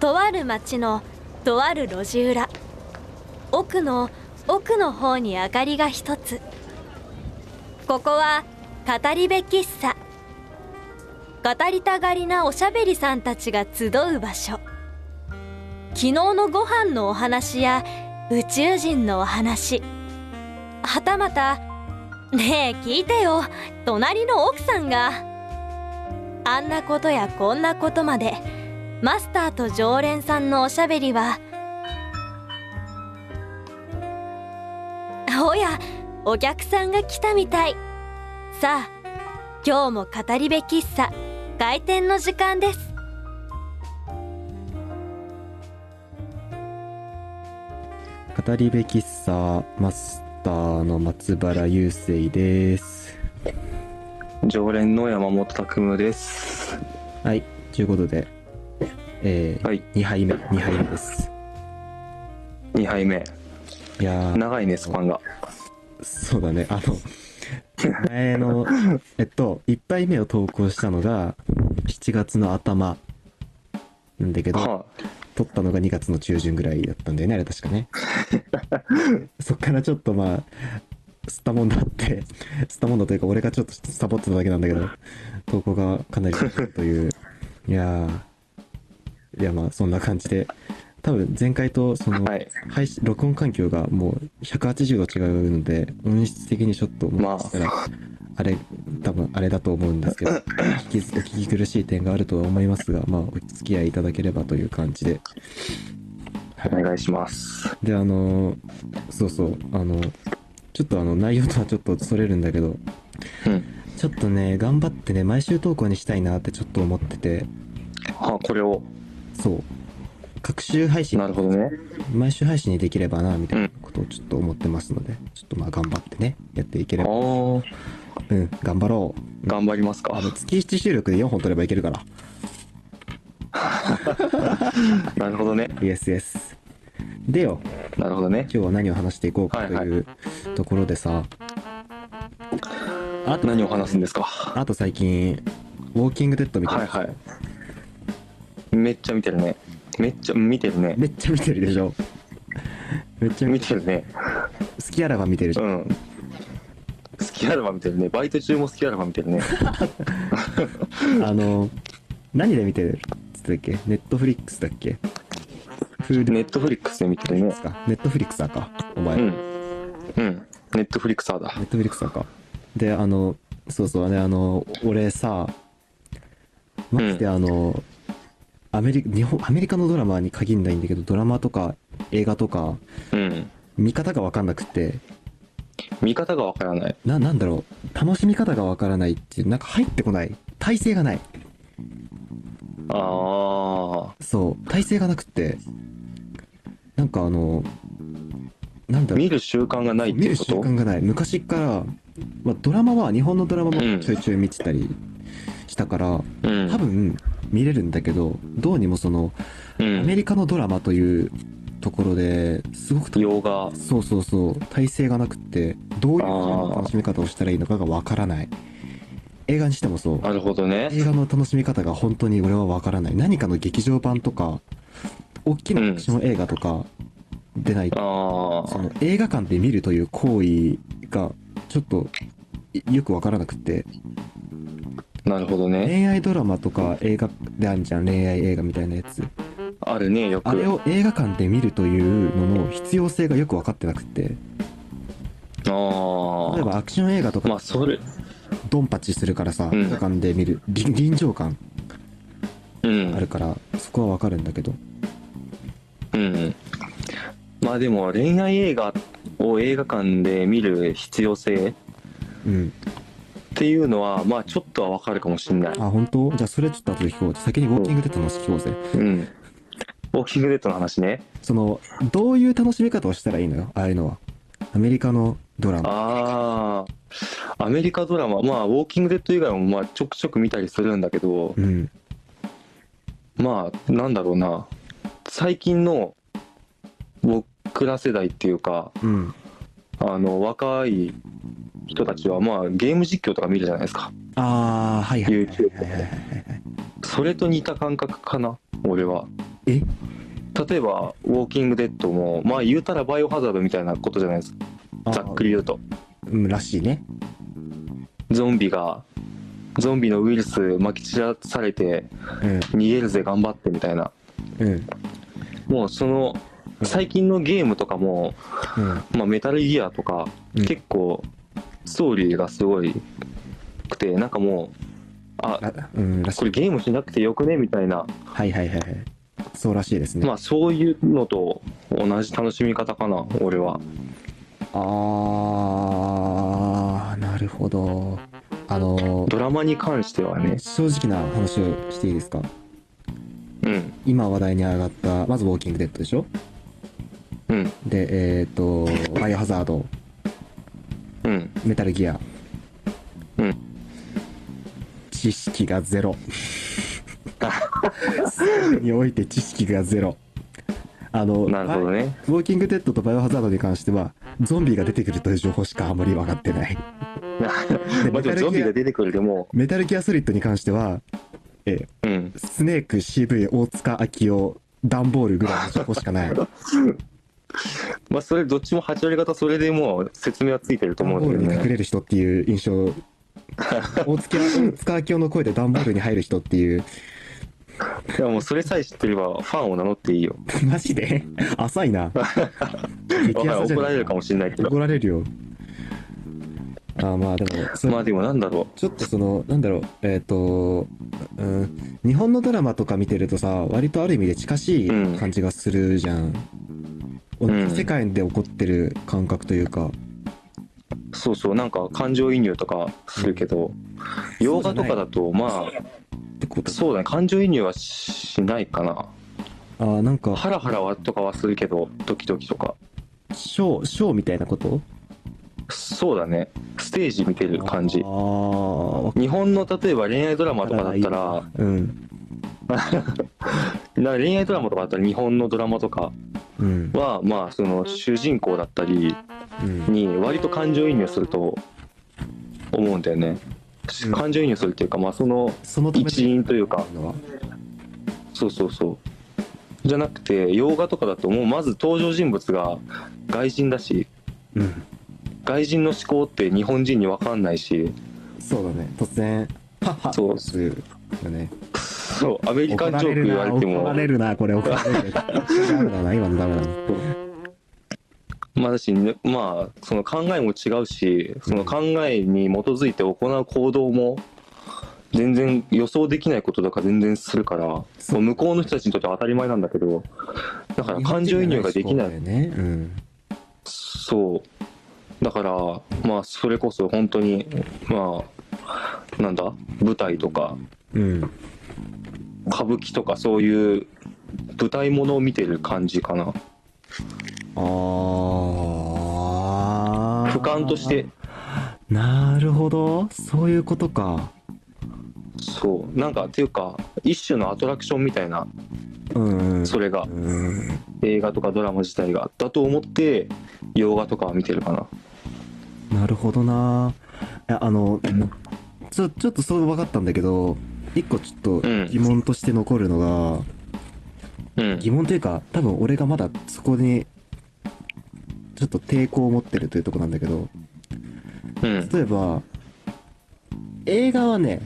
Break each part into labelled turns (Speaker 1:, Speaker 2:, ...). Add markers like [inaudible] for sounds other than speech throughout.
Speaker 1: とある町のとある路地裏奥の奥の方に明かりが一つここは語り部喫茶語りたがりなおしゃべりさんたちが集う場所昨日のご飯のお話や宇宙人のお話はたまた「ねえ聞いてよ隣の奥さんが」あんなことやこんなことまでマスターと常連さんのおしゃべりはおやお客さんが来たみたいさあ今日も語り部喫茶開店の時間です
Speaker 2: 語り部喫茶マスターの松原雄生です
Speaker 3: 常連の山本拓夢です。
Speaker 2: はいということでえー
Speaker 3: はい、
Speaker 2: 2杯目2杯目です
Speaker 3: 2杯目。
Speaker 2: いやー
Speaker 3: 長いね、スパンが。
Speaker 2: そうだねあの前のえっと1杯目を投稿したのが7月の頭なんだけど、
Speaker 3: は
Speaker 2: 撮ったのが2月の中旬ぐらいだったんだよねあれ確かねそっからちょっとまあ吸ったもんだって吸ったもんだというか俺がちょっとサボってただけなんだけど投稿がかなり遅いといういやーいやまあそんな感じで多分前回とその
Speaker 3: あ、はい。
Speaker 2: 配信録音環境がもう180度違うので音質的にちょっと
Speaker 3: まあ
Speaker 2: もしかしたらあれ多分あれだと思うん
Speaker 3: [laughs]
Speaker 2: ですけど聞きお聞き苦しい点があるとは思いますがまあお付き合いいただければという感じで
Speaker 3: お願いします。
Speaker 2: であのーそうそうあのちょっとあの内容とはちょっとそれるんだけど
Speaker 3: うん。
Speaker 2: ちょっとね頑張ってね毎週投稿にしたいなってちょっと思ってて
Speaker 3: はこれを。
Speaker 2: そう各週配信
Speaker 3: なるほどね。
Speaker 2: 毎週配信にできればなみたいなことをちょっと思ってますので、ちょっとまあ頑張ってねやっていけれ
Speaker 3: あ
Speaker 2: ば
Speaker 3: ー
Speaker 2: うん頑張ろう
Speaker 3: 頑張りますか
Speaker 2: あ。の月7収録で4本取ればいけるから
Speaker 3: なるほどね。
Speaker 2: イエスイエスでよ
Speaker 3: なるほどね
Speaker 2: 今。日は何を話していこうか
Speaker 3: はい
Speaker 2: と
Speaker 3: はい
Speaker 2: いうところでさ、あと
Speaker 3: 何を話すんですか。
Speaker 2: あと最近ウォーキングデッドみたいな、
Speaker 3: はいはい。めっちゃ見てるね。めっちゃ見てるね。
Speaker 2: めっちゃ見てるでしょめっちゃ
Speaker 3: 見
Speaker 2: 見
Speaker 3: てるね。
Speaker 2: 好きあらば見てるじゃ、
Speaker 3: うんん。好きアルバ見てるね。バイト中も好きアルバ見てる
Speaker 2: [laughs]
Speaker 3: ね。
Speaker 2: あの何で見てるっつったっけネットフリックスだっけフール
Speaker 3: ネットフリックスで見てる
Speaker 2: で
Speaker 3: ね。
Speaker 2: すかネットフリックスかお前、
Speaker 3: う
Speaker 2: ネ
Speaker 3: ん。うん。ネットフリックサーだ。
Speaker 2: ットフリックスかであのそうそうねあの俺さマジであの、アメリカ日本アメリカのドラマに限んないんだけどドラマとか映画とか
Speaker 3: うん。
Speaker 2: 見方が分かんなくて
Speaker 3: 見方がわからない。
Speaker 2: ななんだろう楽しみ方が分からないっていうなんか入ってこない体勢がない
Speaker 3: あ
Speaker 2: そう体勢がなくってなんかあのなん
Speaker 3: あ
Speaker 2: だろう
Speaker 3: 見る習慣がないって
Speaker 2: 見
Speaker 3: い
Speaker 2: る
Speaker 3: うこ
Speaker 2: 習
Speaker 3: と
Speaker 2: 慣がない昔から、まあ、ドラマは日本のドラマもちょいちょい見てたりしたから、
Speaker 3: うん
Speaker 2: 多分見れるんだけどどうにもその
Speaker 3: う
Speaker 2: アメ
Speaker 3: ん
Speaker 2: リカのドラマというところですごくた
Speaker 3: 洋画
Speaker 2: そうそうそう体勢がなくってどういう風な楽しみ方をしたらいいのかがわからない映画にしてもそう
Speaker 3: なるほどね
Speaker 2: 映画の楽しみ方が本当に俺はわからない何かの劇場版とか大きなアクション映画とか出ないと、
Speaker 3: あ
Speaker 2: そ
Speaker 3: あ
Speaker 2: の映画館で見るという行為がちょっといよくわからなくて
Speaker 3: なるほどね
Speaker 2: 恋愛ドラマとか映画であるじゃん恋愛映画みたいなやつ
Speaker 3: あるねよく
Speaker 2: あれを映画館で見るというのの必要性がよく分かってなくて
Speaker 3: あ
Speaker 2: 例えばアクション映画と
Speaker 3: あま
Speaker 2: か
Speaker 3: あそれ
Speaker 2: ドンパチするからさ
Speaker 3: うん
Speaker 2: 映画館で見る臨臨場感あ
Speaker 3: うん
Speaker 2: るからそこはわかるんだけど
Speaker 3: うんまあでも恋愛映画を映画館で見る必要性っ
Speaker 2: うん
Speaker 3: ていうのはまあちょっとはわかるかもしれない
Speaker 2: あ本当じゃあそれちょっと後で聞こう先にウォーキングデッドの話聞こうぜ
Speaker 3: うんウォーキングデッドの話ね
Speaker 2: そのどういう楽しみ方をしたらいいのよああいうのはアメリカのドラマ
Speaker 3: ああアメリカドラマまあウォーキングデッド以外もまあちょくちょく見たりするんだけど、
Speaker 2: うん
Speaker 3: まあなんだろうな最近の僕ら世代っていうか
Speaker 2: うん
Speaker 3: あの若い人たちはまあゲーム実況とか見るじゃないですか
Speaker 2: ああはいはいはい
Speaker 3: YouTube
Speaker 2: はいはいはいはい
Speaker 3: それと似た感覚かな俺は
Speaker 2: え
Speaker 3: 例えば「ウォーキング・デッドも」まあ言うたらバイオハザードみたいなことじゃないですかざっくり言うと
Speaker 2: あーうんらしいね
Speaker 3: ゾンビがゾンビのウイルスまき散らされて逃げるぜ頑張ってみたいな
Speaker 2: うんうん
Speaker 3: もうその最近のゲームとかも、
Speaker 2: うん
Speaker 3: まあ、メタルギアとか、
Speaker 2: うん
Speaker 3: 結構ストーリーがすごいくてなんかもうあ
Speaker 2: あうんらしい
Speaker 3: これゲームしなくてよくねみたいな、
Speaker 2: はいはいはいはいそうらしいですね、
Speaker 3: まあそういうのと同じ楽しみ方かな俺は
Speaker 2: あーなるほどあの
Speaker 3: ドラマに関してはね
Speaker 2: 正直な話をしていいですか
Speaker 3: うん
Speaker 2: 今話題に上がったまず「ウォーキング・デッド」でしょ
Speaker 3: うん
Speaker 2: でえっ、と「バイオハザード」
Speaker 3: うん
Speaker 2: 「メタルギア」
Speaker 3: うん
Speaker 2: 知識がゼ
Speaker 3: [laughs]
Speaker 2: ロ全てにおいて知識がゼロあの
Speaker 3: なるほどね
Speaker 2: ウォーキング・デッドとバイオハザードに関してはゾンビが出てくるという情報しかあまり分かってないで
Speaker 3: [laughs] まあで
Speaker 2: メタ
Speaker 3: も
Speaker 2: ル
Speaker 3: ゾンビ
Speaker 2: ギア
Speaker 3: が出てくるでも
Speaker 2: メタルギアソリッドに関しては
Speaker 3: うん
Speaker 2: スネーク CV 大塚明夫段ボールぐらいの情報しかない
Speaker 3: [laughs]
Speaker 2: 段
Speaker 3: まあそれどっちも8割方それでもう説明はついてると思
Speaker 2: ボ
Speaker 3: う
Speaker 2: ール
Speaker 3: ん
Speaker 2: に
Speaker 3: だけど
Speaker 2: 隠
Speaker 3: ね
Speaker 2: れる人っていう印象大塚大塚明夫の声で段ボールに入る人っていう
Speaker 3: いやもうそれさえ知ってればファンを名乗っていいよ
Speaker 2: マジで浅い
Speaker 3: [laughs]
Speaker 2: な
Speaker 3: わ
Speaker 2: 激
Speaker 3: かんない
Speaker 2: 浅じゃ
Speaker 3: 怒
Speaker 2: な
Speaker 3: られ
Speaker 2: い
Speaker 3: るかもしれないけど
Speaker 2: 怒られるよあーまあでもそ
Speaker 3: まあでもなんだろ
Speaker 2: ちょっとそのなんだろうえっ、と、うん、日本のドラマとか見てるとさ割とある意味で近しい
Speaker 3: うん
Speaker 2: 感じがするじゃん、同
Speaker 3: ん
Speaker 2: じ世界で起こってる感覚というか、
Speaker 3: うそうそうなんか感情移入とかするけど洋画とかだとま
Speaker 2: ってこ
Speaker 3: あ
Speaker 2: と
Speaker 3: そうだね感情移入はしないかな
Speaker 2: あーなんか
Speaker 3: ハラハラはとかはするけどドキドキとか
Speaker 2: ショーショーみたいなこと
Speaker 3: そうだねステージ見てる感じ
Speaker 2: あーわか
Speaker 3: 日本の例えば恋愛ドラマとかだったら
Speaker 2: うん
Speaker 3: な恋愛ドラマとかだったら日本のドラマとか
Speaker 2: うん
Speaker 3: はまあその主人公だったり
Speaker 2: うん
Speaker 3: に割と感情移入すると思うんだよね
Speaker 2: うん
Speaker 3: 感情移入するっていうかまあその
Speaker 2: そのため
Speaker 3: 一員というか
Speaker 2: のは
Speaker 3: そうそうそうじゃなくて洋画とかだともうまず登場人物が外人だし
Speaker 2: うん
Speaker 3: 外人の思考って日本人に分かんないし
Speaker 2: そうだね突然はっは
Speaker 3: そう
Speaker 2: っすよね
Speaker 3: そうアメリカ
Speaker 2: 怒
Speaker 3: ンジ
Speaker 2: られ
Speaker 3: ョー
Speaker 2: る
Speaker 3: ク言わ
Speaker 2: な
Speaker 3: れて
Speaker 2: 怒
Speaker 3: も
Speaker 2: られるなこれ怒られるダメだな今のダメだな
Speaker 3: まあだし、ねまあ、その考えも違うしその考えに基づいて行う行動も全然予想できないこととか全然するからもう向こうの人たちにとっては当たり前なんだけどだから [laughs] 感情移入ができない
Speaker 2: 日本人の思考だよねうん
Speaker 3: そうだからまあそれこそ本当にまあなんだ舞台とか
Speaker 2: うん、
Speaker 3: 歌舞伎とかそういう舞台ものを見てる感じかな
Speaker 2: ああ
Speaker 3: 俯瞰として
Speaker 2: なるほどそういうことか
Speaker 3: そうなんかっていうか一種のアトラクションみたいな
Speaker 2: うんうん
Speaker 3: それが
Speaker 2: うん
Speaker 3: 映画とかドラマ自体がだと思って洋画とかは見てるかな
Speaker 2: なるほどないやあのちょちょっとそれ分かったんだけど一個ちょっと
Speaker 3: うん
Speaker 2: 疑問として残るのが、
Speaker 3: うん
Speaker 2: 疑問というか多分俺がまだそこにちょっと抵抗を持ってるというところなんだけど
Speaker 3: うん
Speaker 2: 例えば映画はね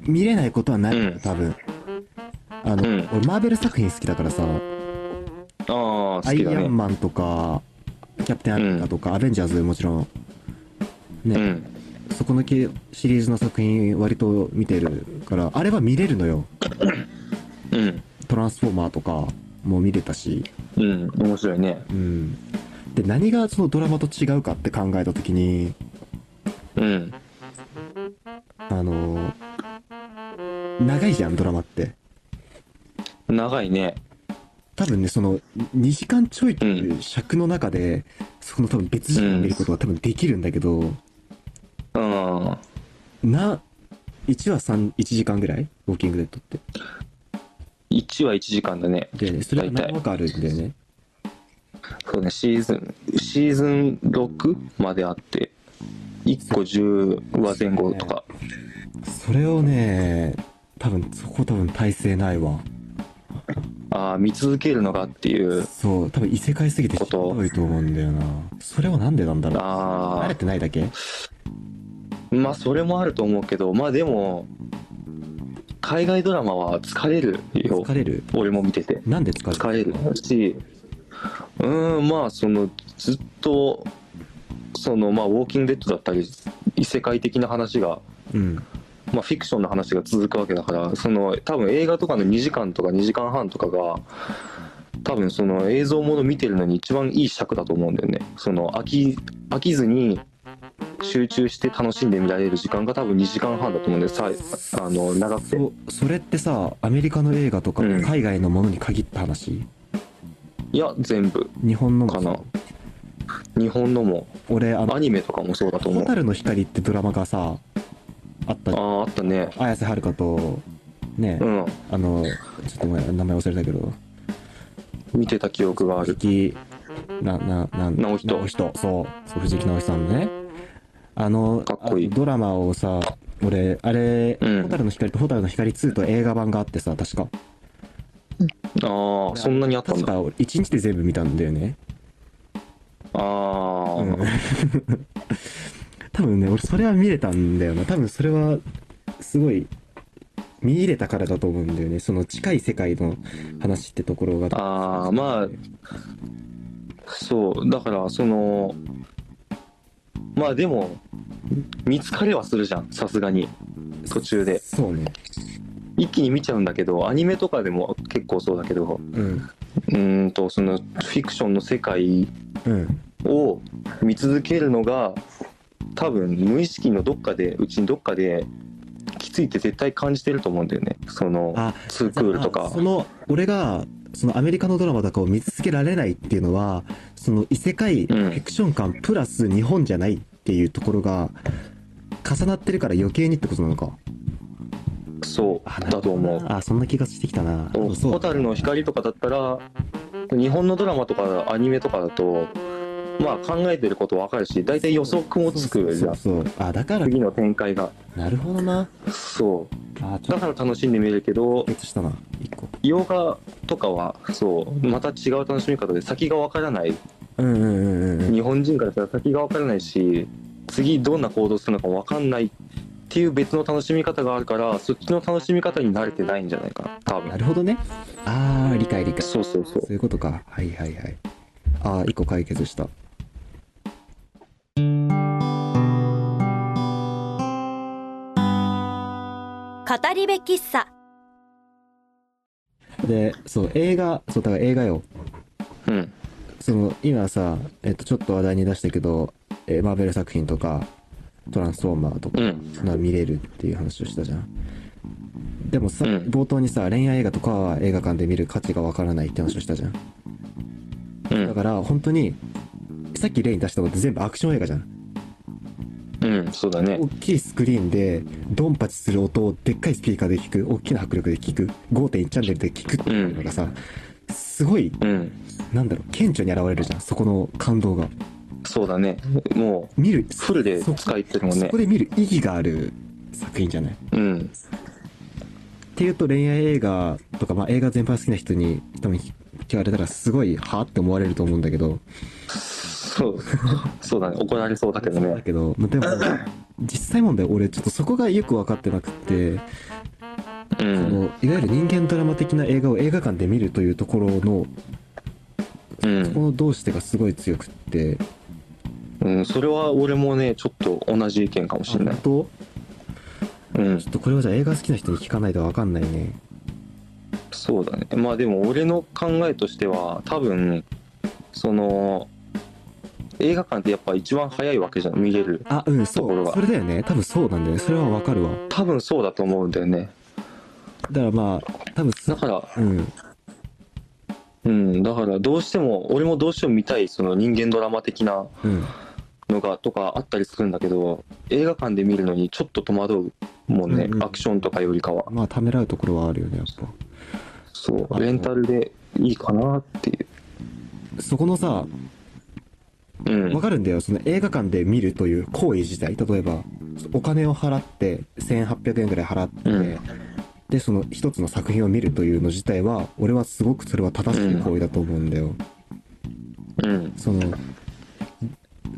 Speaker 2: 見れないことはない、
Speaker 3: うん
Speaker 2: 多分あの、
Speaker 3: うん
Speaker 2: 俺マーベル作品好きだからさ、
Speaker 3: ああ好
Speaker 2: ア
Speaker 3: き
Speaker 2: イ
Speaker 3: だ
Speaker 2: アン
Speaker 3: ね
Speaker 2: マンとかキャプテンアメリカとか、アベンジャーズもちろん
Speaker 3: うん
Speaker 2: そこの系シリーズの作品割と見てるからあれは見れるのよ
Speaker 3: うん
Speaker 2: トランスフォーマーとかも見れたし
Speaker 3: うん面白いね
Speaker 2: うんで何がそのドラマと違うかって考えた時に
Speaker 3: うん
Speaker 2: あの長いじゃんドラマって
Speaker 3: 長いね
Speaker 2: 多分ねその2時間ちょいという尺の中で、そこの多分別時間見ることは多分できるんだけど、
Speaker 3: うん
Speaker 2: な1話31時間ぐらいウォーキングデッドって
Speaker 3: 1話1時間だね
Speaker 2: でそれが
Speaker 3: 大体
Speaker 2: 何話かあるんだよね
Speaker 3: そうねシーズンシーズン6まであって1個10話前後とか
Speaker 2: それをね多分そこ多分体制ないわ
Speaker 3: あああ見続けるのがっていう
Speaker 2: そう、多分異世界すぎてしんどいと思うんだよな。それはなんでなんだろう。
Speaker 3: あ
Speaker 2: 慣れ
Speaker 3: あ
Speaker 2: てないだけ
Speaker 3: まあそれもあると思うけどまあでも海外ドラマは疲れるよ
Speaker 2: 疲れる
Speaker 3: 俺も見てて
Speaker 2: なんで疲れる
Speaker 3: 疲れるしうーんまあそのずっとそのまあ「ウォーキング・デッド」だったり異世界的な話が、
Speaker 2: うん。
Speaker 3: まあ、フィクションの話が続くわけだからその多分映画とかの2時間とか2時間半とかが多分その映像もの見てるのに一番いい尺だと思うんだよねその飽き飽きずに集中して楽しんで見られる時間が多分2時間半だと思うんでさあの長くて
Speaker 2: そそれってさアメリカの映画とか
Speaker 3: うん
Speaker 2: 海外のものに限った話、
Speaker 3: いや全部
Speaker 2: 日本のも
Speaker 3: かな日本のも
Speaker 2: 俺あの
Speaker 3: アニメとかもそう
Speaker 2: 「
Speaker 3: だと思う
Speaker 2: 蛍の光」ってドラマがさあったじゃん
Speaker 3: あああったね
Speaker 2: 綾瀬はるかとね、
Speaker 3: うん
Speaker 2: あのちょっとごめん名前忘れたけど
Speaker 3: 見てた記憶があ
Speaker 2: 藤
Speaker 3: る
Speaker 2: 木ななな
Speaker 3: 直人
Speaker 2: 直人そうそう藤木直人さんのねあの
Speaker 3: かっこいい
Speaker 2: あドラマをさ俺あれ「
Speaker 3: うん
Speaker 2: 蛍の光」と「蛍の光2」と映画版があってさ確か
Speaker 3: ああそんなにあったん
Speaker 2: 確
Speaker 3: だ
Speaker 2: か俺1日で全部見たんだよね
Speaker 3: ああ、
Speaker 2: うん [laughs] 多分ね俺それは見れたんだよな多分それはすごい見入れたからだと思うんだよねその近い世界の話ってところが
Speaker 3: あーまあそうだからそのまあでも見つかれはするじゃんさすがに途中で
Speaker 2: そうね
Speaker 3: 一気に見ちゃうんだけどアニメとかでも結構そうだけど
Speaker 2: うん
Speaker 3: うーんとそのフィクションの世界
Speaker 2: うん
Speaker 3: を見続けるのが多分無意識のどっかでうちにどっかできついって絶対感じてると思うんだよねその
Speaker 2: あ
Speaker 3: ツークールと
Speaker 2: じゃ
Speaker 3: か
Speaker 2: あその俺がそのアメリカのドラマとかを見続けられないっていうのはその異世界フ
Speaker 3: うん
Speaker 2: ィクション感プラス日本じゃないっていうところが重なってるから余計にってことなのか
Speaker 3: そうだと思う
Speaker 2: あそんな気がしてきたな
Speaker 3: そう
Speaker 2: そうだ
Speaker 3: 蛍の光とかだったら日本のドラマとかアニメとかだとまあ考えてることわかるし大体予測もつくじゃん
Speaker 2: そうそうそうそうあだから
Speaker 3: 次の展開が
Speaker 2: なるほどな
Speaker 3: そ
Speaker 2: あ
Speaker 3: う
Speaker 2: ちょ
Speaker 3: だ
Speaker 2: っと
Speaker 3: から楽しんで見れるけど
Speaker 2: 解決したな一個
Speaker 3: 洋画とかはそうまた違う楽しみ方で先がわからない
Speaker 2: うんうんうんうん
Speaker 3: 日本人からしたら先が分からないし次どんな行動するのか分かんないっていう別の楽しみ方があるからそっちの楽しみ方に慣れてないんじゃないかな
Speaker 2: な
Speaker 3: 多分
Speaker 2: るほどねああ理解理解そ
Speaker 3: そうそうそう
Speaker 2: ういうことかはいはいはいああ一個解決した
Speaker 1: 語り部喫茶
Speaker 2: でそう映画そうだから映画よ
Speaker 3: うん
Speaker 2: その今さ、えっと、ちょっと話題に出したけど、えーマーベル作品とかトランスフォーマーとか
Speaker 3: うん
Speaker 2: な見れるっていう話をしたじゃんでもさ、
Speaker 3: うん
Speaker 2: 冒頭にさ恋愛映画とかは映画館で見る価値がわからないって話をしたじゃん
Speaker 3: う
Speaker 2: だ
Speaker 3: ん
Speaker 2: から本当にさっき例に出したこと全部アクション映画じゃん
Speaker 3: うんそうだね
Speaker 2: 大きいスクリーンでドンパチする音をでっかいスピーカーで聞く大きな迫力で聞く5.1チャンネルで聞くっていうのがさ、すごい
Speaker 3: うん
Speaker 2: なんだろう顕著に現れるじゃんそこの感動が
Speaker 3: そうだねも
Speaker 2: 見る
Speaker 3: うフルで使いってるもん
Speaker 2: そ
Speaker 3: ね
Speaker 2: こで見る意義がある作品じゃないっ
Speaker 3: うん
Speaker 2: ていうと恋愛映画とか、まあ、映画全般好きな人に多分聞かれたらすごいはあって思われると思うんだけど
Speaker 3: そうそうだね怒られそうだけ
Speaker 2: だ
Speaker 3: どね
Speaker 2: けどまあでも
Speaker 3: [laughs]
Speaker 2: 実際問題俺ちょっとそこがよく分かってなくって
Speaker 3: う
Speaker 2: そ
Speaker 3: ん
Speaker 2: のいわゆる人間ドラマ的な映画を映画館で見るというところの
Speaker 3: う
Speaker 2: そこ
Speaker 3: ん、
Speaker 2: のどうしてがすごい強くって
Speaker 3: うん、それは俺もねちょっと同じ意見かもしれない
Speaker 2: 本当
Speaker 3: うん
Speaker 2: ちょっとこれはじゃあ映画好きな人に聞かないと分かんないね
Speaker 3: そうだねまあでも俺の考えとしては多分その映画館ってやっぱ一番早いわけじゃん見れる
Speaker 2: あうん
Speaker 3: と
Speaker 2: そ
Speaker 3: ころ
Speaker 2: う
Speaker 3: が
Speaker 2: それだよね多分そうなんだよねそれは分かるわ
Speaker 3: 多分そうだと思うんだよね
Speaker 2: だからまあ多分
Speaker 3: だから
Speaker 2: うん
Speaker 3: うんだからどうしても俺もどうしても見たいその人間ドラマ的な
Speaker 2: うん
Speaker 3: のがとかあったりするんだけど映画館で見るのにちょっと戸惑うもんね、
Speaker 2: うんうん
Speaker 3: アクションとかよりかは
Speaker 2: まあためらうところはあるよねやっぱ
Speaker 3: そう
Speaker 2: あ
Speaker 3: レンタルでいいかなっていう
Speaker 2: そこのさ
Speaker 3: うん
Speaker 2: わかるんだよその映画館で見るという行為自体例えばお金を払って1800円ぐらい払って、
Speaker 3: うん
Speaker 2: でその一つの作品を見るというの自体は俺はすごくそれは正しい行為だと思うんだよ。
Speaker 3: うん
Speaker 2: その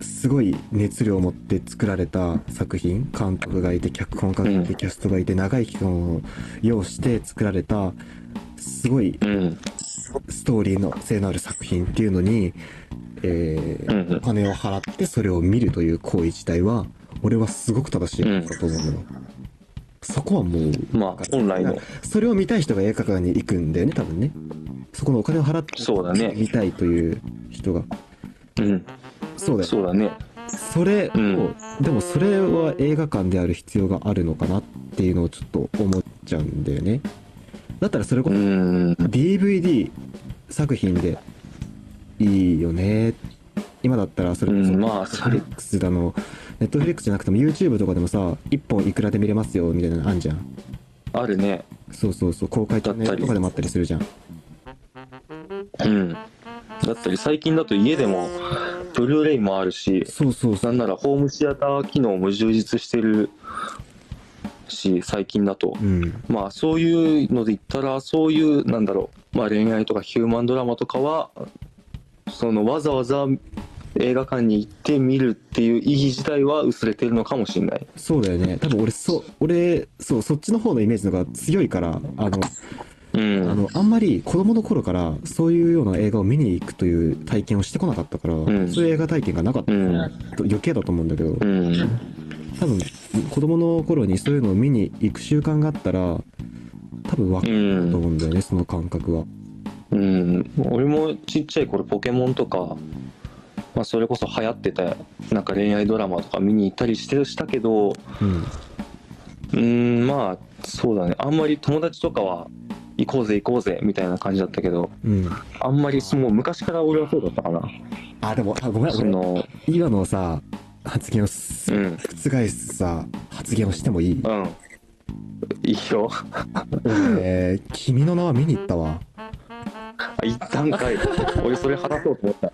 Speaker 2: すごい熱量を持って作られた作品監督がいて脚本家がいてキャストがいて長い期間を要して作られたすごい
Speaker 3: うん
Speaker 2: ストーリーの性のある作品っていうのに、えー
Speaker 3: うん
Speaker 2: お金を払ってそれを見るという行為自体は俺はすごく正しいことだと思うのよ、そこはもう
Speaker 3: まあ本来の
Speaker 2: それを見たい人が映画館に行くんだよね多分ねそこのお金を払って
Speaker 3: そうだね
Speaker 2: 見たいという人が
Speaker 3: うん
Speaker 2: そうだよ
Speaker 3: そうだね
Speaker 2: それを、
Speaker 3: うん
Speaker 2: でもそれは映画館である必要があるのかなっていうのをちょっと思っちゃうんだよねだったらそれこ
Speaker 3: う
Speaker 2: そ
Speaker 3: ん
Speaker 2: DVD 作品でいいよね今だったらそれこそ
Speaker 3: うんまあそれ
Speaker 2: Netflix だの Netflix じゃなくても YouTube とかでもさ1本いくらで見れますよみたいなのあんじゃん
Speaker 3: あるね
Speaker 2: そうそうそう公開チャンネルとかでもあったりするじゃん
Speaker 3: うんだったり最近だと家でもブルーレイもあるし
Speaker 2: そうそうそ
Speaker 3: な
Speaker 2: うん
Speaker 3: ならホームシアター機能も充実してるし最近だと
Speaker 2: うん
Speaker 3: まあそういうので言ったらそういうなんだろう、まあ、恋愛とかヒューマンドラマとかはそのわざわざ映画館に行って見るっていう意義自体は薄れてるのかもしれない。
Speaker 2: そうだよね多分俺そう俺そうそっちの方のイメージの方が強いからあの
Speaker 3: う
Speaker 2: あ
Speaker 3: ん
Speaker 2: のあんまり子供の頃からそういうような映画を見に行くという体験をしてこなかったから、
Speaker 3: ん
Speaker 2: そういう映画体験がなかったから、
Speaker 3: うん
Speaker 2: 余計だと思うんだけど、
Speaker 3: うん
Speaker 2: 多分子供の頃にそういうのを見に行く習慣があったら多分分か
Speaker 3: う
Speaker 2: ると
Speaker 3: ん
Speaker 2: 思うんだよね、その感覚は。
Speaker 3: うん、俺もちっちゃい頃ポケモンとか、まあ、それこそ流行ってたなんか恋愛ドラマとか見に行ったりしてしたけど
Speaker 2: うん、
Speaker 3: うんまあそうだねあんまり友達とかは行こうぜ行こうぜみたいな感じだったけど
Speaker 2: うん、
Speaker 3: あんまりもう昔から俺はそうだったかな
Speaker 2: あでもあごめん
Speaker 3: そ
Speaker 2: 俺
Speaker 3: の
Speaker 2: 今のさ発言をす
Speaker 3: うん
Speaker 2: 覆すさ発言をしてもいい
Speaker 3: うんいいよ
Speaker 2: えー、君の名は見に行ったわ
Speaker 3: あ一旦かい俺それ話そうと思った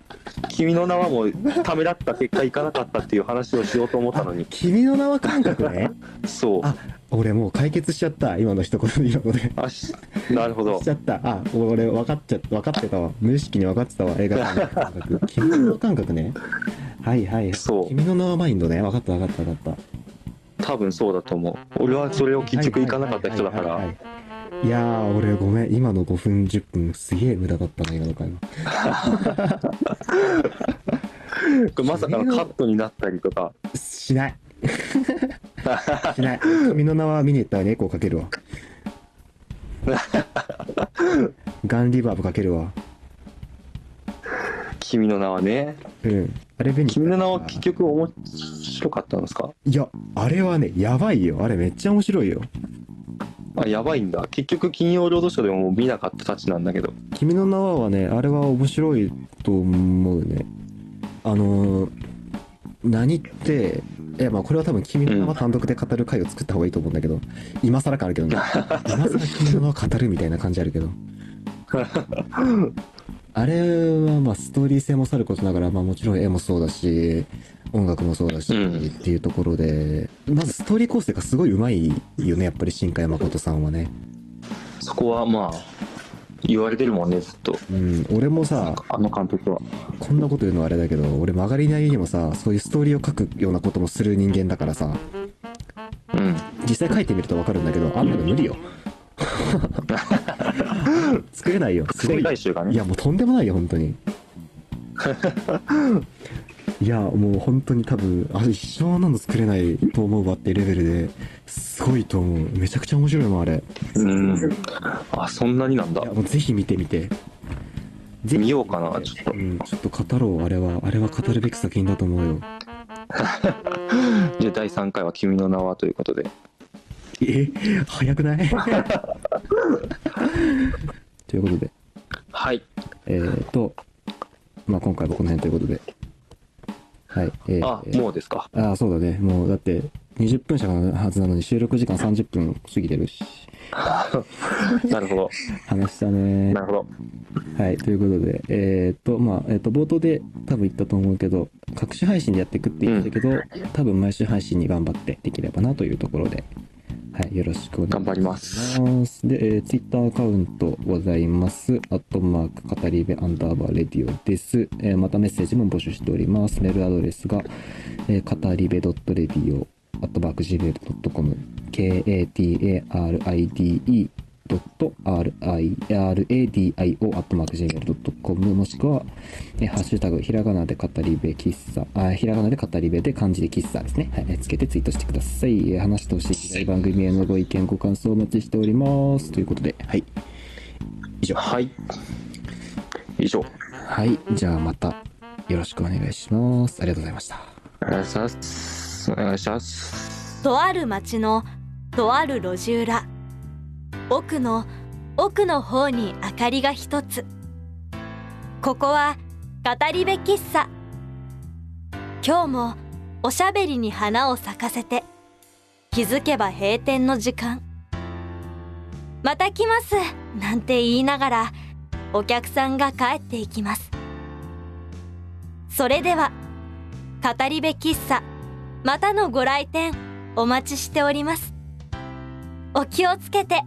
Speaker 3: 君の名はもうためらった結果行かなかったっていう話をしようと思ったのに
Speaker 2: 君の名は感覚ね
Speaker 3: そう
Speaker 2: あ俺もう解決しちゃった今の一言今ので
Speaker 3: あしなるほど
Speaker 2: しちゃった。あ、俺分かっちゃ分かってたわ。無意識に分かってたわ。映画館の感
Speaker 3: [laughs]
Speaker 2: 覚。君の感覚ね。はいはい。
Speaker 3: そう
Speaker 2: 君の名はマインドね。分かった分かった分かった。
Speaker 3: 多分そうだと思う俺はそれを結局行かなかった人だか
Speaker 2: はいはいは
Speaker 3: ら
Speaker 2: いはい。いやー、俺ごめん。今の5分10分すげえ無駄だったな、今の会話。
Speaker 3: これまさかのカットになったりとか
Speaker 2: し
Speaker 3: [laughs]
Speaker 2: ない。しない。君の名は見に行ったらね、エコーかけ
Speaker 3: [laughs]
Speaker 2: るわ。ガンリバーブかけるわ。
Speaker 3: 「君の名はね
Speaker 2: うん。あれ便」利。
Speaker 3: 君の名は結局面白かったんですか
Speaker 2: いや、あれはね、やばいよ。あれめっちゃ面白いよ。
Speaker 3: あやばいんだ結局金曜ロードショーでももう見なかったたちなんだけど
Speaker 2: 君の名はねあれは面白いと思うねあのー何っていやまあこれは多分君の名は単独で語る回を作った方がいいと思うんだけど、今更感あるけ [laughs] どね今更君の名は語るみたいな感じあるけどあれはまあストーリー性もさることながら、まあ、もちろん絵もそうだし音楽もそうだし、
Speaker 3: うん
Speaker 2: っていうところでまずストーリー構成がすごい上手いよねやっぱり新海誠さんはね、
Speaker 3: そこはまあ言われてるもんねずっと
Speaker 2: うん、俺もさ
Speaker 3: あの監督は
Speaker 2: こんなこと言うのはあれだけど俺曲がりなりにもさそういうストーリーを書くようなこともする人間だからさ
Speaker 3: うん
Speaker 2: 実際書いてみると分かるんだけどあんなの無 [laughs] 理よ作れないよすご
Speaker 3: 世
Speaker 2: い
Speaker 3: 界集が
Speaker 2: い
Speaker 3: ね
Speaker 2: やもうとんでもないよ本当 [laughs] にいやもう本当に多分あ一生あんなの作れないと思うわっていうレベルですごいと思うめちゃくちゃ面白いもんあれ
Speaker 3: うんあそんなになんだ
Speaker 2: いやもうぜひ見てみてぜ
Speaker 3: 見
Speaker 2: ひ
Speaker 3: ようかなちょっと
Speaker 2: うん、ちょっと語ろうあれはあれは語るべき作品だと思うよ
Speaker 3: じゃあ第3回は「君の名は」ということで
Speaker 2: え早くない
Speaker 3: [laughs]
Speaker 2: ということで、
Speaker 3: はい
Speaker 2: えー、と、まあ、今回はこの辺ということで。はい。えー
Speaker 3: あ
Speaker 2: えー
Speaker 3: もうですか
Speaker 2: あーそうだね。もう、だって、20分しかないはずなのに収録時間30分過ぎてるし。
Speaker 3: なるほど
Speaker 2: 話したね
Speaker 3: な。るほど
Speaker 2: はい。ということで、えー、と、まあ、えっ、と、冒頭で多分言ったと思うけど、各種配信でやっていくって言ってたけど、多分毎週配信に頑張ってできればなというところで。はい、よろしくお願いします。
Speaker 3: 頑張ります
Speaker 2: で、えツイッター Twitter アカウントございます。アットマーク、語り部アンダーバーレディオです。えーまたメッセージも募集しております。メールアドレスが、えー、語り部 .radio、アットマーク、gmail.com、kataride、.radio アットマーク gmail.com もしくは、えーハッシュタグひらがなで語り部喫茶あひらがなで語り部で漢字で喫茶ですね、はいえー、つけてツイートしてくださいえー話してほしい議題番組へのご意見ご感想をお待ちしておりますということではい以上
Speaker 3: はい以上
Speaker 2: はいじゃあまたよろしくお願いしますありがとうございました
Speaker 3: お願いしますお願いします
Speaker 1: とある町のとある路地裏奥の奥の方に明かりが一つここは語り部喫茶今日もおしゃべりに花を咲かせて気づけば閉店の時間また来ますなんて言いながらお客さんが帰っていきますそれでは語り部喫茶またのご来店お待ちしておりますお気をつけて